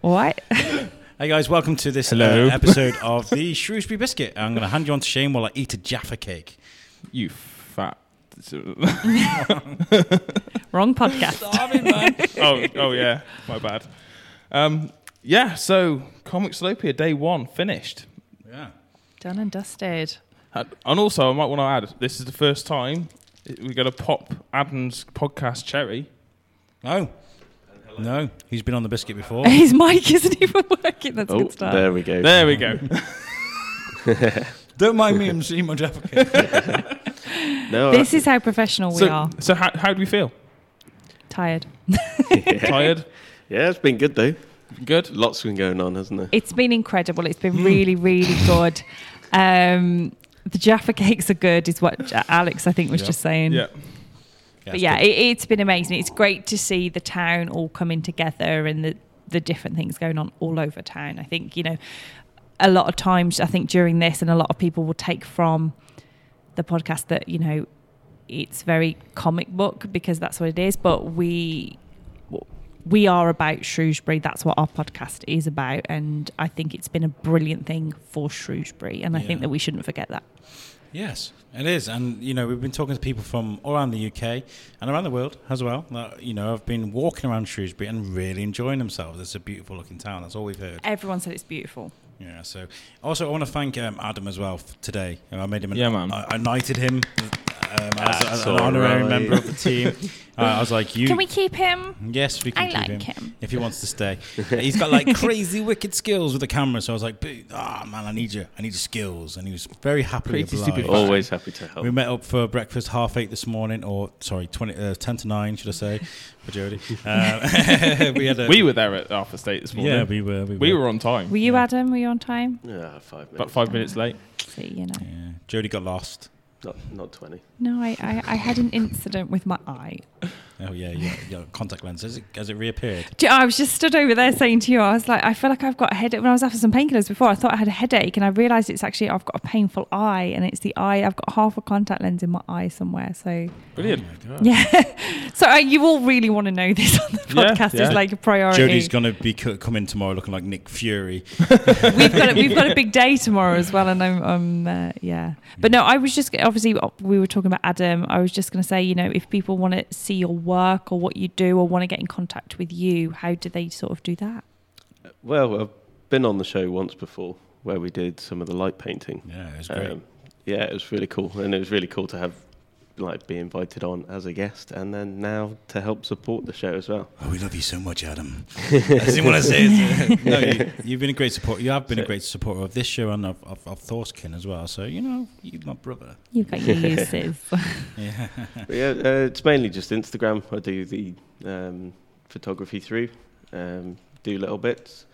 What? Hey guys, welcome to this uh, Hello. episode of the Shrewsbury Biscuit. I'm going to hand you on to Shane while I eat a Jaffa cake. you fat. oh, Wrong podcast. Starving man. oh, oh yeah, my bad. Um, yeah, so Comic Slopia day one finished, yeah. Done and dusted. and and also I might want to add this is the first time we're gonna pop Adam's podcast cherry. No. No. He's been on the biscuit before. His mic isn't even working. That's a Oh, good start. there we go. There we go. Don't mind me, I'm seeing my Jaffa cake. No, This is how professional we so, are. so how, how do we feel? Tired. Tired? yeah, it's been good though. Good. Lots been going on, hasn't there? It's been incredible. It's been really, really good. Um, the Jaffa cakes are good, is what J- Alex I think was Yeah. just saying. Yeah. but yeah, it, it's been amazing. It's great to see the town all coming together and the the different things going on all over town. I think you know a lot of times I think during this, and a lot of people will take from the podcast that you know it's very comic book because that's what it is. But we we are about Shrewsbury. That's what our podcast is about, and I think it's been a brilliant thing for Shrewsbury, and I think Yeah. that we shouldn't forget that. Yes, it is, and you know we've been talking to people from all around the UK and around the world as well. That you know have been walking around Shrewsbury and really enjoying themselves. It's a beautiful looking town. That's all we've heard. Everyone said it's beautiful. Yeah. So also I want to thank um, Adam as well f today. You know, I made him. An, Yeah, man. I, I knighted him um, as That's a- an honorary alright. member of the team. uh, I was like, you. Can we keep him? Yes, we can I keep like him, him. if he wants to stay. He's got like crazy wicked skills with the camera. So I was like, ah man, I need you. I need your skills. And he was very happily Crazy obliged. stupid Always happy to We help. met up for breakfast half eight this morning, or sorry, 20, uh, 10 to 9, should I say, for Jody. Um, we had a, We were there at Arthur State this morning. yeah, we were. We, we were on time. Were you Adam? Were you on time? Ah, five About minutes. five minutes late. See, you know. Yeah. Jody got lost. Not, not twenty. No, I, I, I had an incident with my eye. Oh, yeah, yeah, yeah. Contact lens. Has it, has it reappeared? Do you- I was just stood over there saying to you, I was like, I feel like I've got a headache. When I was after some painkillers before, I thought I had a headache, and I realised it's actually I've got a painful eye, and it's the eye. I've got half a contact lens in my eye somewhere. So Brilliant. Oh yeah, so uh, you all really want to know this on the Yeah, podcast yeah. is like a priority. Jody's going to be co- coming tomorrow looking like Nick Fury. we've got a, we've got a big day tomorrow as well, and I'm, I'm uh, yeah. But no, I was just obviously uh, we were talking about Adam. I was just going to say, you know, if people want to see your work or what you do or want to get in contact with you, how do they sort of do that? Well, I've been on the show once before where we did some of the light painting. Yeah, it was great. Um, yeah, it was really cool, and it was really cool to have like be invited on as a guest, and then now to help support the show as well. oh, we love you so much, Adam. I didn't want to say it. no, you, you've been a great support. You have been a great supporter of this show and of, of, of Thorskin as well. So, you know, you're my brother. You've got your uses. Yeah. But yeah, uh, it's mainly just Instagram. I do the um, photography through, um, do little bits.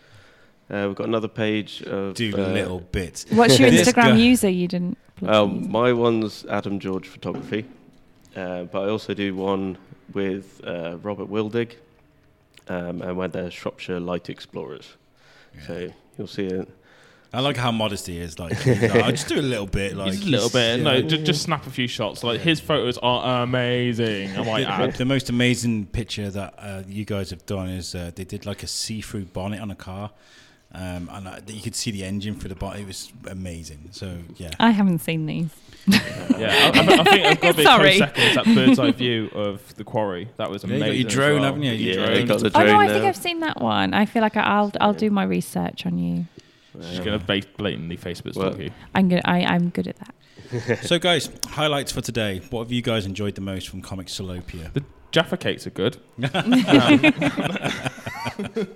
Uh, we've got another page of Do uh, little bits. What's your This guy- Uh, Instagram user? You didn't. Um, my one's Adam George Photography, uh, but I also do one with uh, Robert Wildig, um, and we're the Shropshire Light Explorers. So you'll see it. I like how modest he is. Like, he's like, I just do a little bit. Like, Just a little he's- bit. yeah. No, just, just snap a few shots. Like his photos are amazing. I might The, add. the most amazing picture that uh, you guys have done is uh, they did like a see-through bonnet on a car, um, and uh, you could see the engine through the bonnet. It was amazing. So yeah, I haven't seen these. Yeah, I, I, I think I've got to be Sorry. close seconds. That bird's eye view of the quarry. That was Yeah, you amazing. got your as drone, well. haven't you? Your Your Yeah, drone. you got the Oh no, I drone think now. uh, I've seen that one. I feel like I- I'll I'll do my research on you. She's gonna ba- blatantly Facebook Well- stalk you. I'm good. I, I'm good at that. so guys, highlights for today. What have you guys enjoyed the most from Comic Solopia? The Jaffa cakes are good. The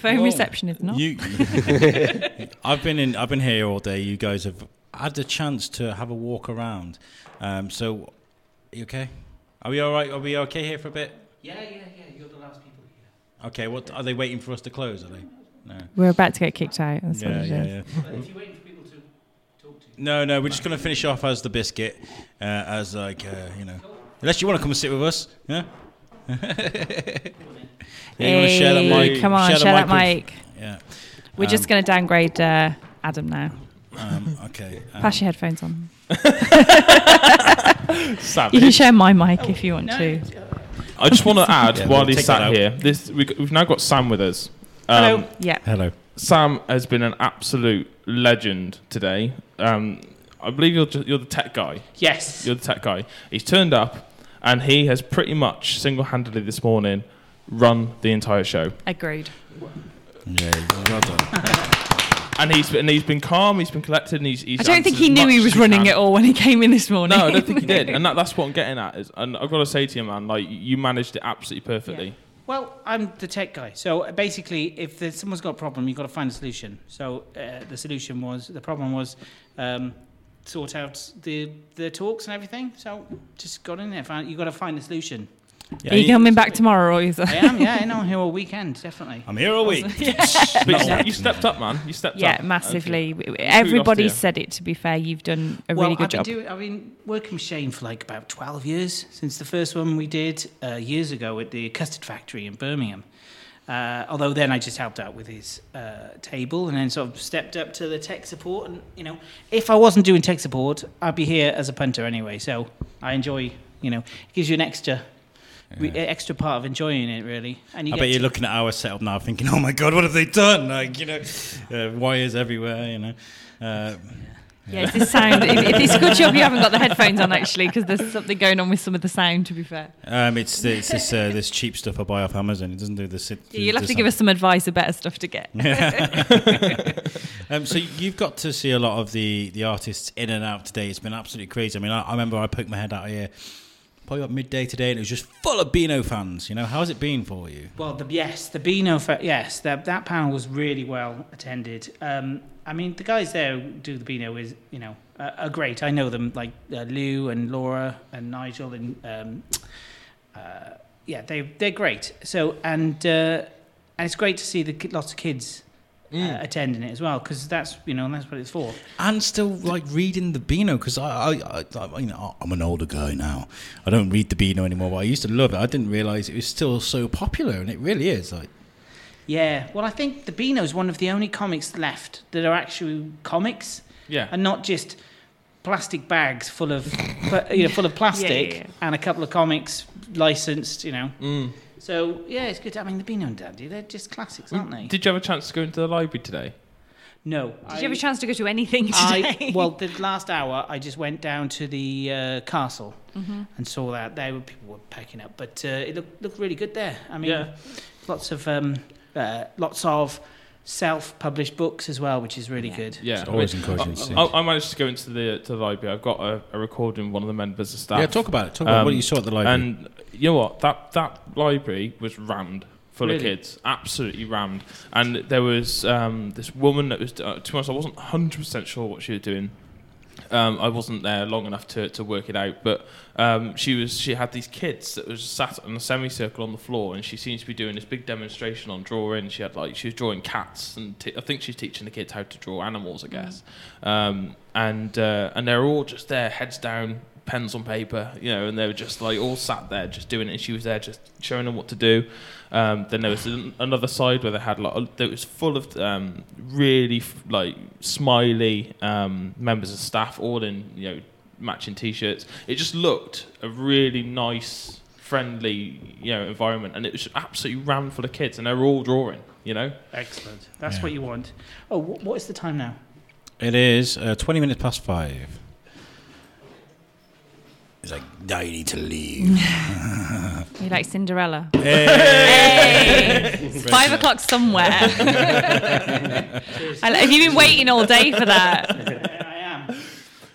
phone Well, reception is not. You, I've been in. I've been here all day. You guys have had the chance to have a walk around. Um, so, you okay? Are we all right? Are we okay here for a bit? Yeah, yeah, yeah. You're the last people here. Okay. What are they waiting for us to close? Are they? No. We're about to get kicked out. That's what Yeah, it yeah, is. yeah. But if you're waiting for people to talk to you, No, no, we're just going to finish off as the biscuit, uh, as like uh, you know, unless you want to come and sit with us, yeah. yeah you want to share that Hey, mic? Come on, share, that with- mic. Yeah. We're Um, just going to downgrade uh, Adam now. Um, okay. Uh, Um, Pass your headphones on. Savage. Oh, You can share my mic if you want to. I just want to add Yeah, while take he's that sat out. here, this we, we've now got Sam with us. Um, Hello. Yeah. Hello. Sam has been an absolute legend today. Um, I believe you're ju- you're the tech guy. Yes. You're the tech guy. He's turned up, and he has pretty much single-handedly this morning run the entire show. Agreed. Yeah, well done. And he's and he's been calm. He's been collected. And he's, he's I don't think he answered knew as much he as was running can. it all when he came in this morning. No, I don't think he did. And that, that's what I'm getting at. Is, and I've got to say to you, man, like you managed it absolutely perfectly. Well, I'm the tech guy. So uh, basically, if there's, someone's got a problem, you've got to find a solution. So uh, the solution was, the problem was um, sort out the, the talks and everything. So just got in there. Find, you've got to find a solution. Yeah, Are you you- coming back tomorrow or is I that? am, yeah, I know, here all weekend, definitely. I'm here all week. But you, No. ste- you stepped up, man. You stepped up. Yeah, massively. Everybody you. said it. To be fair, you've done a well, really good I've job. Been doing, I've been working with Shane for like about 12 years since the first one we did uh, years ago at the custard factory in Birmingham. Uh, although then I just helped out with his uh, table and then sort of stepped up to the tech support. And, you know, if I wasn't doing tech support, I'd be here as a punter anyway. So I enjoy, you know, it gives you an extra. re- extra part of enjoying it really and you I get bet to- you're looking at our setup now, thinking, "Oh my God, what have they done?" Like you know, uh, wires everywhere. You know, uh, Yeah, it's this sound. it, it- it's a good job you haven't got the headphones on actually, because there's something going on with some of the sound. To be fair, um, it's it's this uh, this cheap stuff I buy off Amazon. It doesn't do the. sit- yeah, you'll have the to give us some advice of better stuff to get. Um, so you've got to see a lot of the, the artists in and out today. It's been absolutely crazy. I mean, I, I remember I poked my head out here probably about midday today, and it was just full of Beano fans. You know, how's it been for you? Well, the, yes, the Beano, fe- yes, that that panel was really well attended. Um, I mean, the guys there who do the Beano is, you know, uh, are great. I know them, like uh, Lou and Laura and Nigel and, um, uh, yeah, they, they're great. So, and, uh, and it's great to see the ki- lots of kids uh, attending it as well, because that's, you know, that's what it's for. And still like reading the Beano because I, I, I, I you know I'm an older guy now. I don't read the Beano anymore, but I used to love it. I didn't realize it was still so popular, and it really is. Like, Yeah, well, I think the Beano is one of the only comics left that are actually comics. Yeah. and not just plastic bags full of pla- you know full of plastic yeah, yeah. and a couple of comics licensed you know Mm. so yeah it's good i mean the beano and dandy they're just classics aren't they Did you have a chance to go into the library today? no Did you have a chance to go to anything today? I, well, the last hour, I just went down to the uh, castle Mm-hmm. and saw that there were people were packing up, but uh, it looked looked really good there. I mean, Yeah. lots of um, uh, lots of self-published books as well, which is really Yeah. good. Yeah, It's always I mean, encouraging to see. I, I, I managed to go into the to the library. I've got a, a recording of one of the members of staff. yeah, talk about it. Talk about Um, what you saw at the library. And you know what? That that library was rammed full of Really? kids, absolutely rammed. And there was um, this woman that was. Uh, to be honest, I wasn't hundred percent sure what she was doing. Um, I wasn't there long enough to, to work it out, but um, she was she had these kids that was sat in a semicircle on the floor, and she seems to be doing this big demonstration on drawing. She had like she was drawing cats, and t- I think she's teaching the kids how to draw animals, I guess. Um, and uh, and they're all just there, heads down, pens on paper, you know, and they were just like all sat there just doing it. And she was there just showing them what to do. Um, then there was an, another side where they had like that was full of um, really f- like smiley um, members of staff, all in you know matching t-shirts. It just looked a really nice, friendly you know environment, and it was just absolutely rammed full of kids, and they were all drawing, you know. Excellent. That's Yeah. what you want. Oh, wh- what is the time now? It is uh, 20 minutes past five. He's like, I need to leave. you like Cinderella? Hey! Hey! It's five o'clock somewhere. I like- Have you been waiting all day for that? I am.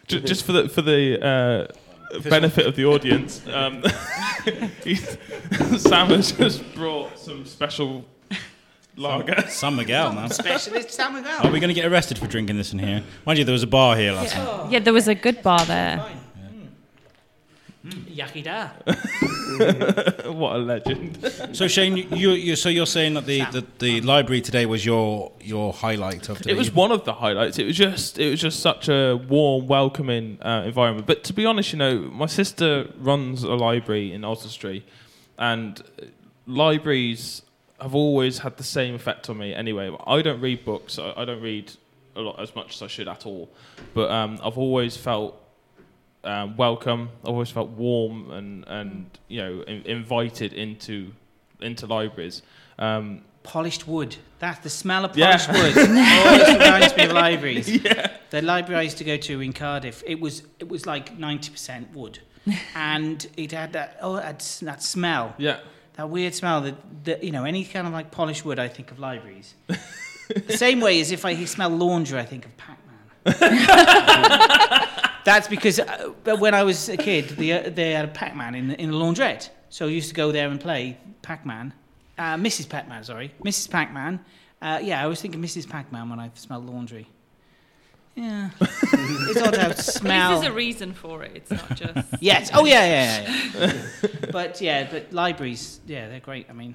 Ju- just for the for the uh, benefit of the audience, um, he's- Sam has just brought some special lager. San Miguel, man. Specialist San Miguel. Are we going to get arrested for drinking this in here? Mind you, there was a bar here last night. Yeah, there was a good bar there. Fine. Mm. Yucky da. what a legend! So Shane, you, you so you're saying that the, the, the library today was your your highlight of the It was one of the highlights. It was just it was just such a warm, welcoming uh, environment. But to be honest, you know, my sister runs a library in Oswestry, and libraries have always had the same effect on me. Anyway, I don't read books. I, I don't read a lot as much as I should at all. But um, I've always felt um, welcome. I always felt warm and and you know in, invited into into libraries. Um, Polished wood. That's the smell of Yeah. polished wood. Always reminds me of libraries. The library I used to go to in Cardiff, it was it was like ninety percent wood, and it had that oh it had s- that smell, yeah, that weird smell that, that you know any kind of like polished wood. I think of libraries. The Same way as if I smell laundry, I think of Pac-Man. That's because uh, but when I was a kid, the, uh, they had a Pac-Man in the, in the laundrette, so I used to go there and play Pac-Man. Uh, Mrs. Pac-Man, sorry, Mrs. Pac-Man. Uh, yeah, I was thinking Mrs. Pac-Man when I smelled laundry. Yeah, it's odd how smell. There's a reason for it. It's not just. Yes. Oh yeah, yeah, yeah. yeah. but yeah, but libraries, yeah, they're great. I mean,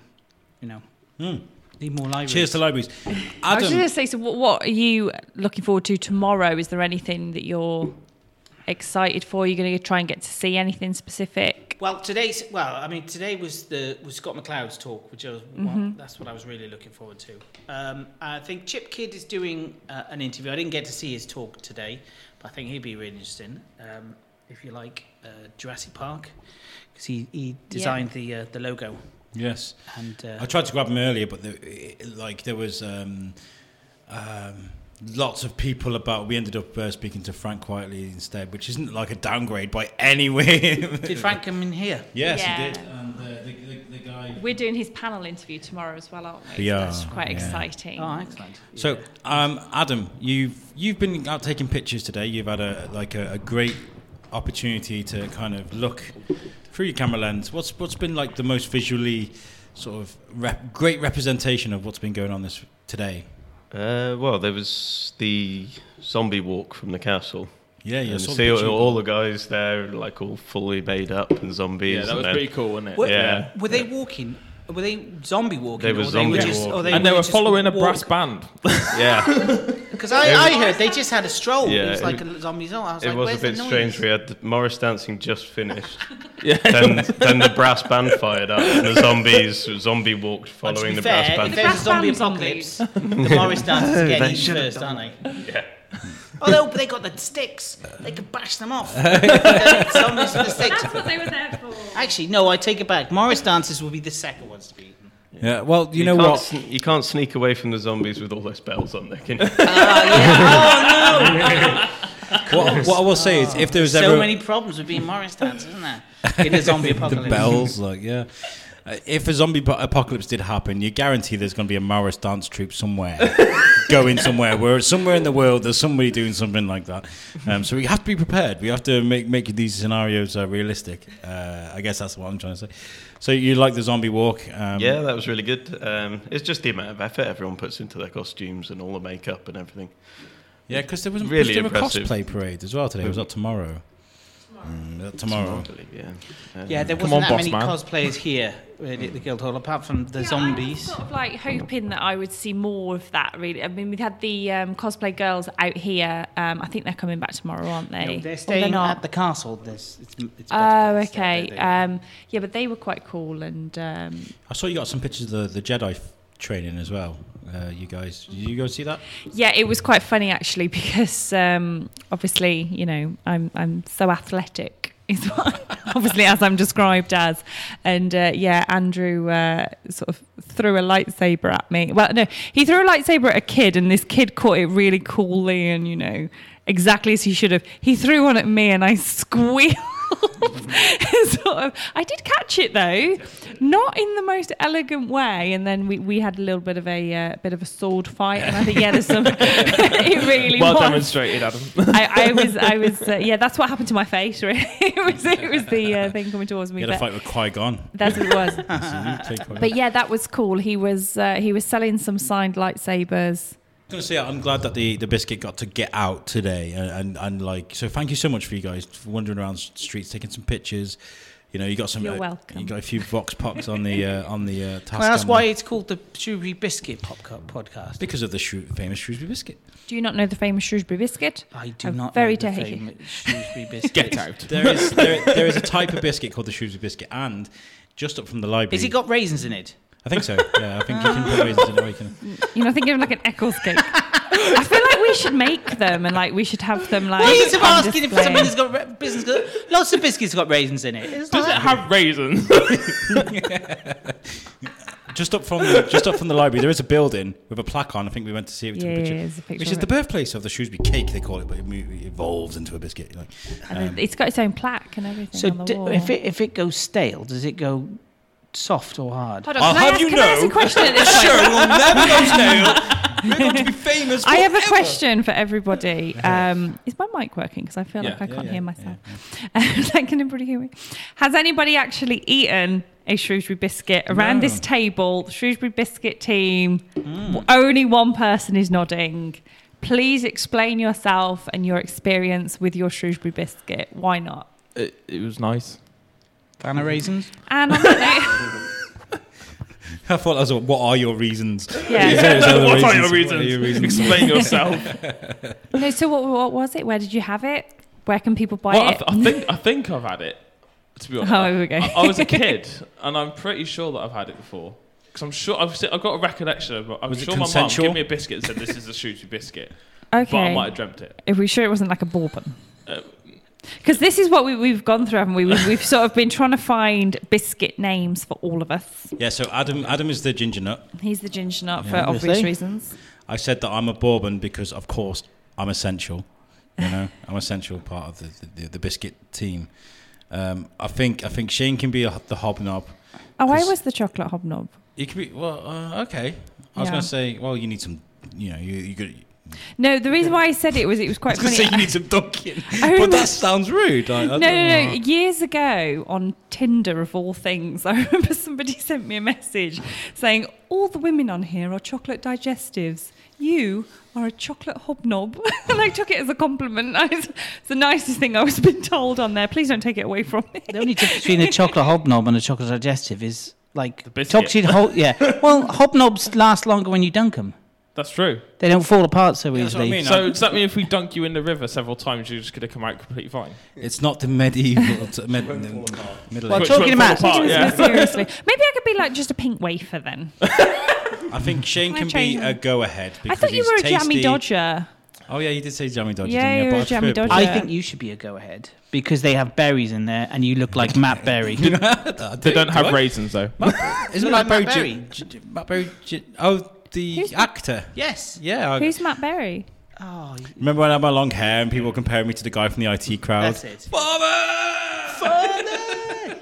you know, Hmm. need more libraries. Cheers to libraries. I was just going Adam, to say, so what, what are you looking forward to tomorrow? Is there anything that you're excited for? You're going to try and get to see anything specific? Well, today's well, I mean, today was the was Scott McLeod's talk, which I was, well, that's what I was really looking forward to. Um, I think Chip Kidd is doing uh, an interview. I didn't get to see his talk today, but I think he'd be really interesting. Um, if you like uh, Jurassic Park, because he, he designed the uh, the logo yes, and uh, I tried to grab him earlier, but the, like there was um, um, lots of people about. We ended up uh, speaking to Frank quietly instead, which isn't like a downgrade by any way. did Frank come in here? yes, Yeah. he did. And uh, the, the, the guy. We're doing his panel interview tomorrow as well, aren't we? We So That's are, quite yeah. exciting. Oh, excellent. So, Yeah. um, Adam, you've you've been out taking pictures today. You've had a like a, a great opportunity to kind of look through your camera lens. What's what's been like the most visually sort of rep, great representation of what's been going on this today? Uh, well, there was the zombie walk from the castle. Yeah, you and saw the see all, picture. all the guys there, like all fully made up and zombies. yeah, that and was then- pretty cool, wasn't it? Were, Yeah. were they walking? Were they zombie walking? They were zombie walking. and they were following a brass band. Yeah, Because I, I heard they just had a stroll. Yeah, it was like it- a zombie stroll. I was it like, was a "Where's the bit noise?" strange. We had the Morris dancing just finished. Yeah. then, then the brass band fired up, and the zombies zombie walked And to following be the fair, brass band. If there's a Brass zombie band apocalypse, the Morris dancers get They eaten should have first, aren't they? Yeah. Although they got the sticks, they could bash them off. The zombies with the sticks. That's what they were there for. Actually, no, I take it back. Morris dancers will be the second ones to be eaten. Yeah, well, you, know can't what? sn- you can't sneak away from the zombies with all those bells on there, can you? what? What I will say is, if there was So ever many problems with being Morris dancers, isn't there? In a zombie the apocalypse. bells, like yeah. Uh, If a zombie po- apocalypse did happen, you guarantee there's going to be a Morris dance troupe somewhere, going somewhere. Where somewhere in the world, there's somebody doing something like that. Um, so we have to be prepared. We have to make make these scenarios uh, realistic. Uh, I guess that's what I'm trying to say. So you like the zombie walk? Um, yeah, that was really good. Um, it's just the amount of effort everyone puts into their costumes and all the makeup and everything. yeah. Because there was not Really really a impressive. Hmm. cosplay parade as well today. Was that tomorrow? Mm, that tomorrow. Totally, yeah. Um, Yeah, there Come wasn't on, that boss many man. cosplayers here really, at the Guildhall, apart from the Yeah, I was zombies. sort of like hoping that I would see more of that. Really, I mean, we had the um, cosplay girls out here. Um, I think they're coming back tomorrow, aren't they? No, Or they're staying not. at the castle. There's, it's, it's better Oh, to stay okay. there. Um, yeah, but they were quite cool, and um, I saw you got some pictures of the, the Jedi f- training as well. Uh, you guys, did you go see that? yeah, it was quite funny actually because um, obviously, you know, I'm I'm so athletic. Is what, obviously as I'm described as, and uh, yeah, Andrew uh, sort of threw a lightsaber at me. Well, no, he threw a lightsaber at a kid, and this kid caught it really coolly, and you know, exactly as he should have. He threw one at me, and I squealed. sort of, I did catch it though, not in the most elegant way. And then we, we had a little bit of a uh, bit of a sword fight, and I think yeah, there's some. it really well was. demonstrated, Adam. I, I was I was uh, yeah, that's what happened to my face. Really, it was it was the uh, thing coming towards me. You had a but fight with Qui Gon. That's what it was. but But yeah, that was cool. He was uh, he was selling some signed lightsabers. I'm gonna say I'm glad that the, the biscuit got to get out today and, and, and like so thank you so much for you guys for wandering around s- streets taking some pictures. You know you got some. You're uh, welcome. You got a few vox pops on the uh, on the uh, task. Can I ask on why there. it's called the Strawberry Biscuit Pop Cup Podcast? Because of the Shrew- famous Shrewsbury biscuit. Do you not know the famous Shrewsbury biscuit? I do I'm not very know the tasty. famous Shrewsbury Biscuit. Get out. There is there, there is a type of biscuit called the Shrewsbury biscuit, and just up from the library. Has it got raisins in it? I think so. Yeah, I think you can put raisins in it. or you can- You know, I think of like an Eccles cake. I feel like we should make them and like we should have them like. Why are you keep on asking if display. something that's got ra- business? Got, lots of biscuits got raisins in it. It's Does it like- have raisins? Just up from the, just up from the library, there is a building with a plaque on. I think we went to see it. Yeah, to yeah, there's a picture which is of the it. birthplace of the Shrewsbury cake. They call it, but it mo- it evolves into a biscuit. Like, And um, it's got its own plaque and everything. so on the d- wall. if it if it goes stale, does it go soft or hard? Hold on, I'll can, I have ask, you can I ask know- a question at this point? sure, we'll never go stale. We're going to be famous. I have a forever. question for everybody. Um, is my mic working? Because I feel Yeah. like I Yeah, can't yeah, hear myself. Like, Can anybody hear me? Has anybody actually eaten a Shrewsbury biscuit around No. Hmm. this table? The Shrewsbury biscuit team. w- Only one person is nodding. Please explain yourself and your experience with your Shrewsbury biscuit. Why not? it, it was nice. Fan of raisins? And on that note, I thought that was a, what are your reasons? yeah. Is there other What are reasons? your What are reasons? your reasons? Explain yourself. No, so what, what was it? Where did you have it? Where can people buy well, I, it? th- I think I think I've had it. To be honest, Oh, here we go. I, I was a kid, and I'm pretty sure that I've had it before. Because I'm sure I've, se- I've got a recollection of. I'm Was it sure my mum consensual? gave me a biscuit and said, "This is a shooty biscuit," but I okay. might have dreamt it. If we sure it wasn't like a bourbon. Uh, Because this is what we, we've gone through, haven't we? We've, we've sort of been trying to find biscuit names for all of us. Yeah, so Adam, Adam is the ginger nut. He's the ginger nut for Yeah. obvious Obviously. reasons. I said that I'm a bourbon because, of course, I'm essential. You know, I'm essential part of the the, the, the biscuit team. Um, I think I think Shane can be a, the hobnob. Oh, I This- was the chocolate hobnob. You could be well, uh, okay. I was Yeah. gonna say, well, you need some. You know, you you could. No, the reason why I said it was it was I quite was gonna funny. say you need some dunking, but remember- that sounds rude. I, I no, don't no, no. know. Years ago on Tinder, of all things, I remember somebody sent me a message saying, All the women on here are chocolate digestives. You are a chocolate hobnob. and I took it as a compliment. It's the nicest thing I've been told on there. Please don't take it away from me. The only difference between a chocolate hobnob and a chocolate digestive is like biscuit. chocolate ho- yeah. Well, hobnobs last longer when you dunk them. That's true. They don't fall apart so Yeah, that's what I easily. mean. No. So does that mean if we dunk you in the river several times, you're just going to come out completely fine? It's not the medieval t- med, middle. Well, Ages. Which talking won't fall about- apart, yeah. Seriously. Maybe I could be like just a pink wafer then. I think Shane Can I can be change a go ahead. I thought you were a jammy dodger. Oh yeah, you did say jammy dodger. Yeah, didn't you're you? But a I jammy prefer- dodger. I think you should be a go ahead because they have berries in there and you look like Matt Berry. They don't Do have I? raisins though. Isn't Like Matt Berry? Matt Berry? J- J- Matt Berry. J- oh, the Who's Matt- actor. yes. Yeah. I, Who's Matt Berry? Oh, y- remember when I had my long hair and people compared me to the guy from the IT crowd? that's it. Father!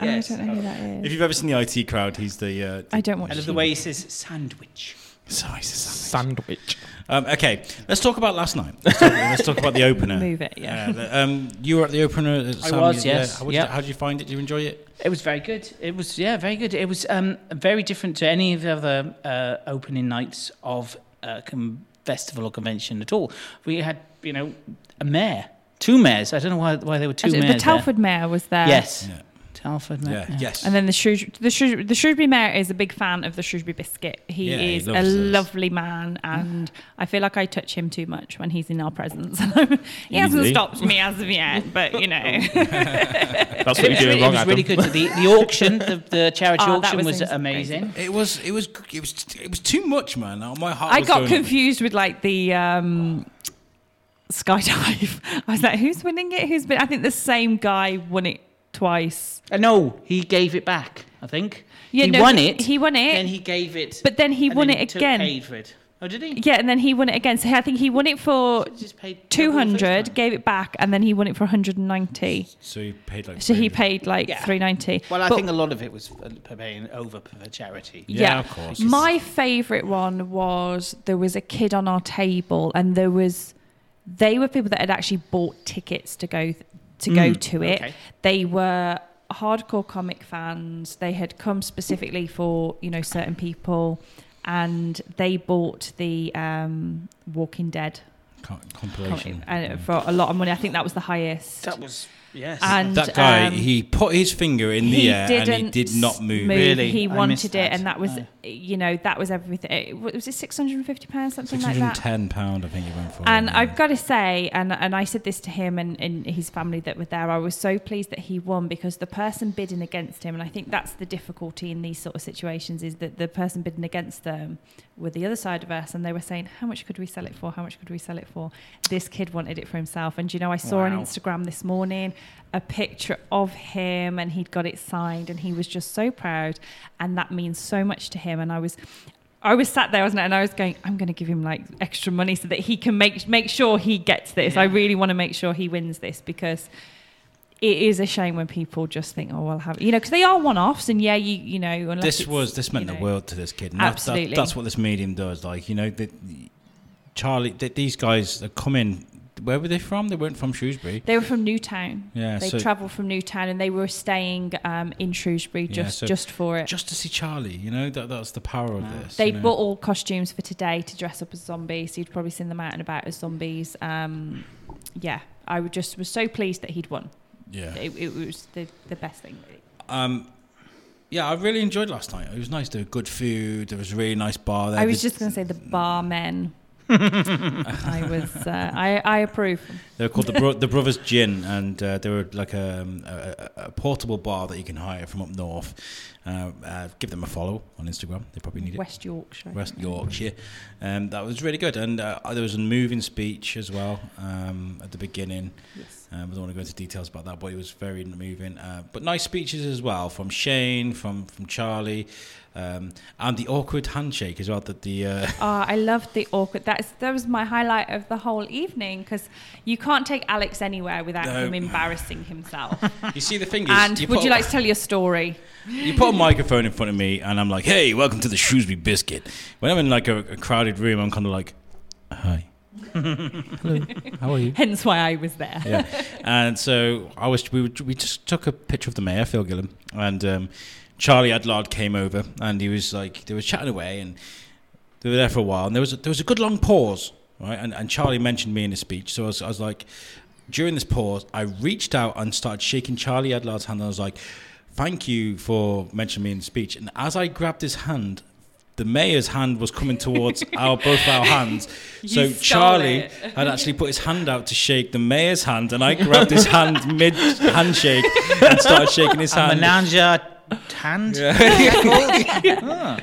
Yes. I don't know who that is. If you've ever seen the IT crowd, he's the. Uh, I don't watch And of the way he says sandwich. Sorry, it's a sandwich. Sandwich. um, okay, let's talk about last night. Let's talk, let's talk about the opener. Move it, yeah. Uh, the- um, you were at the opener. uh, Sam, was, yeah. yes, How, did yeah. you, how did you find it? Did you enjoy it? It was very good. It was yeah, very good. It was um, very different to any of the other uh, opening nights of uh, com- festival or convention at all. We had you know a mayor, two mayors. I don't know why why there were two Actually, mayors. the there. Telford mayor was there. Yes, Yeah. Telford Yeah. mayor. yeah. Yes. And then the Shrewsbury, the, Shrews- the Shrewsbury mayor is a big fan of the Shrewsbury biscuit. He Yeah, he is a loves those. lovely man, and I feel like I touch him too much when he's in our presence. he hasn't Easily. stopped me as of yet, but you know. That's what you're It was, really, doing it wrong, was Adam. really good. So the, the auction, the, the charity Oh, that auction was was, amazing. amazing. It was. It was. It was. It was too much, man. Oh, My heart. I was got going- confused with like the um, skydive. I was like, who's winning it? Who's been? I think the same guy won it twice. Uh, no, he gave it back. I think Yeah, he no, won he- it. he won it. Then he gave it. But then he and won then it took- again. Paid for it. Oh, did he? Yeah, and then he won it again. So I think he won it for Just paid two double the first hundred, time. gave it back, and then he won it for one hundred and ninety. So he paid like. So he 300. paid like Yeah. three ninety. Well, I think a lot of it was uh, per paying over for charity. Yeah, of course. My favourite one was there was a kid on our table, and there was they were people that had actually bought tickets to go to go to it. Mm. okay. They were hardcore comic fans. They had come specifically for you know certain people, and they bought the um, Walking Dead Com- comic, compilation. and for a lot of money. I think that was the highest. That was Yes. And that guy, um, he put his finger in the air and he did not move. move. Really? He I missed wanted it, that. and that was, Oh. you know, that was everything. It, wa- was it six hundred and fifty pounds, something like that? £610, pound, I think he went for. And yeah. I've got to say, and, and I said this to him and, and his family that were there, I was so pleased that he won because the person bidding against him, and I think that's the difficulty in these sort of situations, is that the person bidding against them were the other side of us and they were saying, How much could we sell it for? How much could we sell it for? This kid wanted it for himself. And, you know, I saw on Wow. Instagram this morning a picture of him and he'd got it signed and he was just so proud. And that means so much to him. And I was, I was sat there, wasn't I? And I was going, I'm going to give him like extra money so that he can make make sure he gets this. I really want to make sure he wins this because it is a shame when people just think, oh, well, have you know, because they are one-offs, and yeah, you you know, unless this it's, was this meant you know, the world to this kid. And that's- that- Absolutely. that's what this medium does. Like you know, the, Charlie, th these guys are coming. Where were they from? They weren't from Shrewsbury. They were from Newtown. Yeah, they so- travelled from Newtown, and they were staying um, in Shrewsbury Yeah, just so just for it. Just to see Charlie, you know that that's the power of this. They you know. bought all costumes for today to dress up as zombies. So you'd probably seen them out and about as zombies. Um, yeah, I would just was so pleased that he'd won. Yeah. It, it was the, the best thing. Really. Um, yeah, I really enjoyed last night. It was nice. There was good food. There was a really nice bar. There. I was There's- just going to say the barmen. I was. Uh, I I approve. They were called the, Bro- the Brothers Gin, and uh, they were like um, a, a, a portable bar that you can hire from up north. Uh, uh, give them a follow on Instagram. They probably need it. West Yorkshire. West Yorkshire. Um, that was really good. And uh, there was a moving speech as well um, at the beginning. Yes. Um, I don't want to go into details about that, but it was very moving. Uh, but nice speeches as well from Shane, from, from Charlie, um, and the awkward handshake as well. That the uh, Ah, I loved the awkward. That's that was my highlight of the whole evening because you can't take Alex anywhere without No. him embarrassing himself. you see the thing is, and you would put- you like to tell your story? You put a microphone in front of me, and I'm like, "Hey, welcome to the Shrewsbury Biscuit." When I'm in like a, a crowded room, I'm kind of like, "Hi, hello, how are you?" Hence why I was there. Yeah, and so I was. We were- we just took a picture of the mayor, Phil Gillam, and um, Charlie Adlard came over, and he was like, they were chatting away, and they were there for a while, and there was a, there was a good long pause, right? And, and Charlie mentioned me in his speech, so I was, I was like, during this pause, I reached out and started shaking Charlie Adlard's hand, and I was like, "Thank you for mentioning me in the speech." And as I grabbed his hand. The mayor's hand was coming towards our both our hands, so You stole Charlie it. had actually put his hand out to shake the mayor's hand, and I grabbed his hand mid handshake and started shaking his a hand. melange à hand. Ah.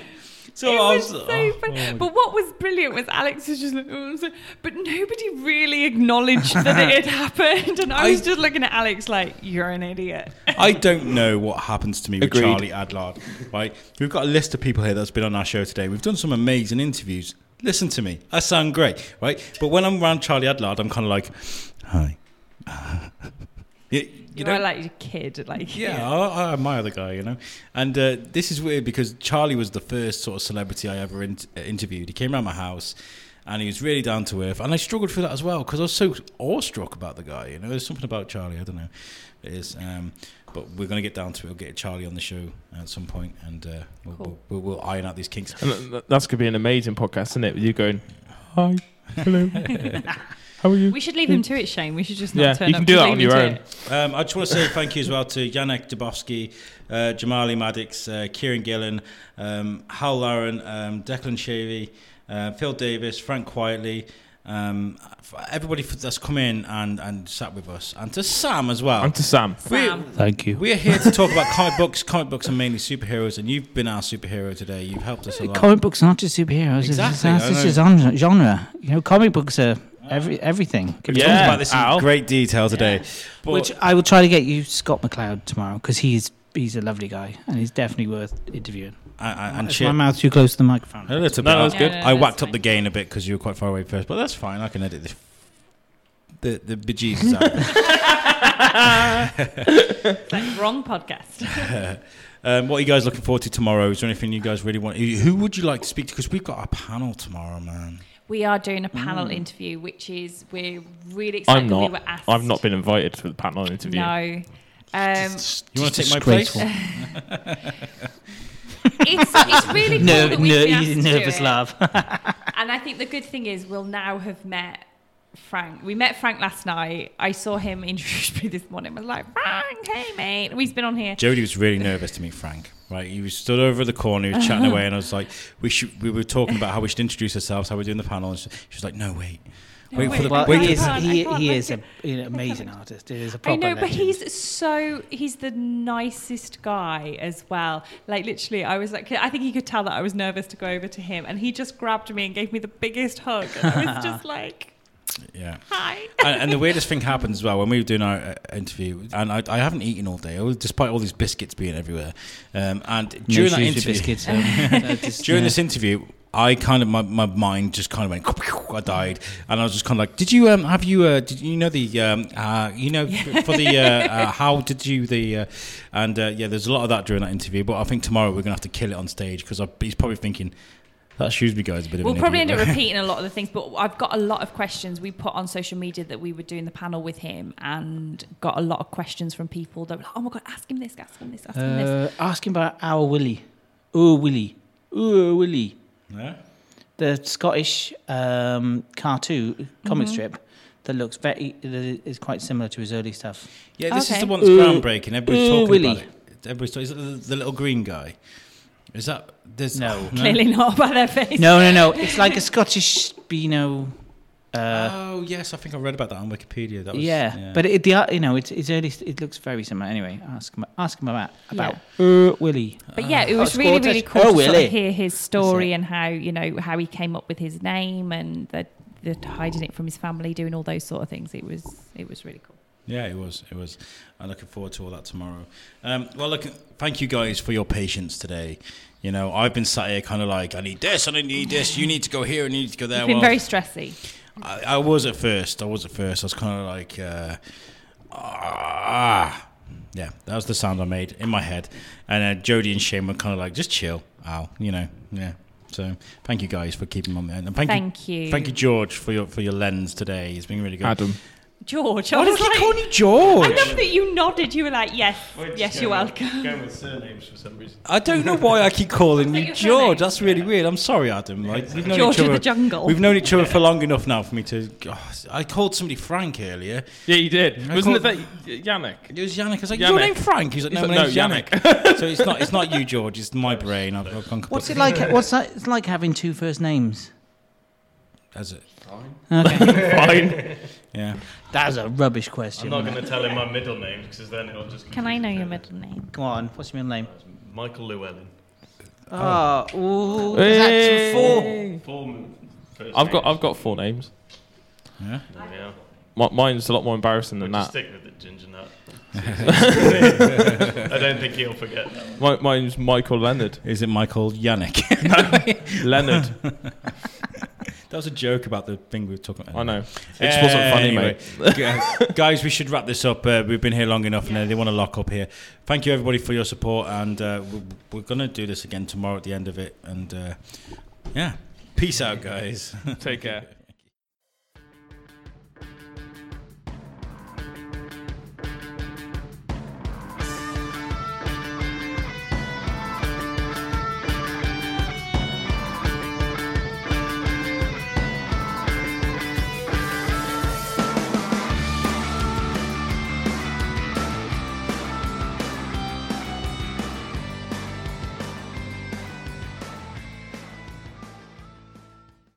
so it I was, so oh, funny. oh my but what was brilliant was Alex was just like, "Oh, I'm so-" but nobody really acknowledged that it had happened, and I, I- was just looking at Alex like, "You're an idiot." I don't know what happens to me with Agreed. Charlie Adlard. Right, we've got a list of people here that's been on our show today. We've done some amazing interviews. Listen to me, I sound great, right? But when I'm around Charlie Adlard, I'm kind of like, hi. you, you You, don't- were like a kid, like yeah, I, I admire the guy, you know. And uh, this is weird because Charlie was the first sort of celebrity I ever in- uh, interviewed. He came around my house, and he was really down to earth. And I struggled for that as well because I was so awestruck about the guy. You know, there's something about Charlie. I don't know. It is. Um, but we're gonna get down to it. We'll get Charlie on the show at some point, and uh, we'll, Cool. we'll, we'll, we'll iron out these kinks. And th- th- that's going to be an amazing podcast, isn't it? With you going, hi, hello, how are you? We should leave him to it, Shane. We should just not Yeah, turn you can up do to that leave on him your to own. it. Um, I just want to say thank you as well to Yannick Dubowski, uh, Jamali Maddox, uh, Kieran Gillen, um, Hal Lauren, um, Declan Shavey, uh, Phil Davis, Frank Quietly, um, f- everybody f- that's come in and, and sat with us, and to Sam as well. And to Sam. Sam. Thank you. we are here to talk about comic books. Comic books are mainly superheroes, and you've been our superhero today. You've helped us a lot. Comic books are not just superheroes. Exactly, It's, I it's, just a genre. You know, comic books are every, everything. We've talked Yeah, about this in Al. great detail today. But Which I will try to get you Scott McLeod tomorrow because he's he's a lovely guy and he's definitely worth interviewing. I, I, and Is cheer- my mouth too close to the microphone? A little No, bit. that was I- good. No, no, no, I that's whacked up fine. the gain a bit because you were quite far away first, but that's fine. I can edit this. The the bejesus out. of It's like wrong podcast. it. um, what are you guys looking forward to tomorrow? Is there anything you guys really want? Who who would you like to speak to? Because we've got a panel tomorrow, man. We are doing a panel interview, which is we're really excited. I'm that not. We were asked. I've not been invited to the panel interview. No. Um, You want to Just take my place? disgraceful. Um, it's, it's really cool No, that no, we've been you asked to do nervous it. laugh. And I think the good thing is we'll now have met Frank. We met Frank last night. I saw him in Shrewsbury this morning. I was like, Frank, hey mate, he's been on here. Jody was really nervous to meet Frank. Right, he was stood over the corner, he was chatting away, and I was like, "We should." We were talking about how we should introduce ourselves, how we're doing the panel, and she, she was like, "No, wait, wait, wait, for the Well, Well, wait." he for is, the- can't- I he, can't he make is it. a, you know, amazing artist. He is a I proper know, but legend. he's so he's the nicest guy as well. Like literally, I was like, I think he could tell that I was nervous to go over to him, and he just grabbed me and gave me the biggest hug. And I was just like, yeah. hi. and, and the weirdest thing happens as well when we were doing our uh, interview, and I, I haven't eaten all day, oh, despite all these biscuits being everywhere. Um, and No during that shoes with interview, biscuits, um, uh, just, during yeah. this interview, I kind of my, my mind just kind of went. I died, and I was just kind of like, "Did you um have you uh did you know the um uh you know for the uh, uh how did you the uh, and uh, yeah there's a lot of that during that interview, but I think tomorrow we're gonna have to kill it on stage because he's probably thinking that Shrewsbury guy's a bit of We'll an probably end idiot. up repeating a lot of the things, but I've got a lot of questions. We put on social media that we were doing the panel with him and got a lot of questions from people that were like, oh my God, ask him this, ask him this, ask him this. Uh, ask him about our Willie. Oh, Willie. Oh, Willie. Yeah? The Scottish um, cartoon comic strip that looks very that is quite similar to his early stuff. Yeah, this is Okay. the one that's Ooh. groundbreaking. Everybody's Ooh, talking Willy. about it. Everybody's talking. Is that the, the little green guy? Is that there's oh, No. Clearly not by their face. No, no, no. It's like a Scottish Beano. Uh, oh yes, I think I read about that on Wikipedia. That was, yeah. but it, the art- you know it's, it's early. It looks very similar. Anyway, ask him ask him about about uh, Willie. But yeah, it Oh, was really, Scottish. really cool Oh, to sort really? of hear his story it. and how, you know, how he came up with his name and the, the hiding it from his family, doing all those sort of things. It was, it was really cool. Yeah, it was. It was. I'm looking forward to all that tomorrow. Um, well, look, thank you guys for your patience today. You know, I've been sat here kind of like, I need this, and I need this. You need to go here, and you need to go there. It's been Well, very stressy. I, I was at first. I was at first. I was kind of like, uh, ah, yeah. That was the sound I made in my head. And uh, Jody and Shane were kind of like, just chill, Al. You know, yeah. So thank you guys for keeping on there, and thank, Thank you. thank you George for your for your lens today. It's been really good. Adam. George, Why I do I was keep like, calling you George? I love that you nodded. You were like, yes, yes, you're welcome. Going with surnames for some reason. I don't know why I keep calling that you your George. surname? That's really weird. I'm sorry, Adam. Like, we've known George each of other. the jungle. We've known each other for long enough now for me to. Oh, I called somebody Frank earlier. Yeah, you did. I Wasn't it called- that Yannick? It was Yannick. I was like, "Your Yannick. name Frank?" He's like, "No, He's my like, name's "No, Yannick." so it's not. It's not you, George. It's my brain. I've, I've gone. What's it like? What's that? It's like having two first names. That's it. Okay. Fine. Yeah. that was a rubbish question. I'm not going to tell him my middle name because then it'll just. Can I know your middle name? Go on. What's your middle name? Michael Llewellyn. Oh, ooh, that's four. Four. first I've got names. I've got four names. Yeah. Yeah. Mi- Mine's a lot more embarrassing than We'll just that. stick with the ginger nut. I don't think he'll forget that. Mi- mine's Michael Leonard. Is it Michael Yannick? Leonard. that was a joke about the thing we were talking about. I know. It just wasn't funny, Anyway, mate. gu- guys, we should wrap this up. Uh, we've been here long enough, and uh, they want to lock up here. Thank you, everybody, for your support, and uh, we're, we're gonna do this again tomorrow at the end of it. And uh, yeah, peace out, guys. Take care.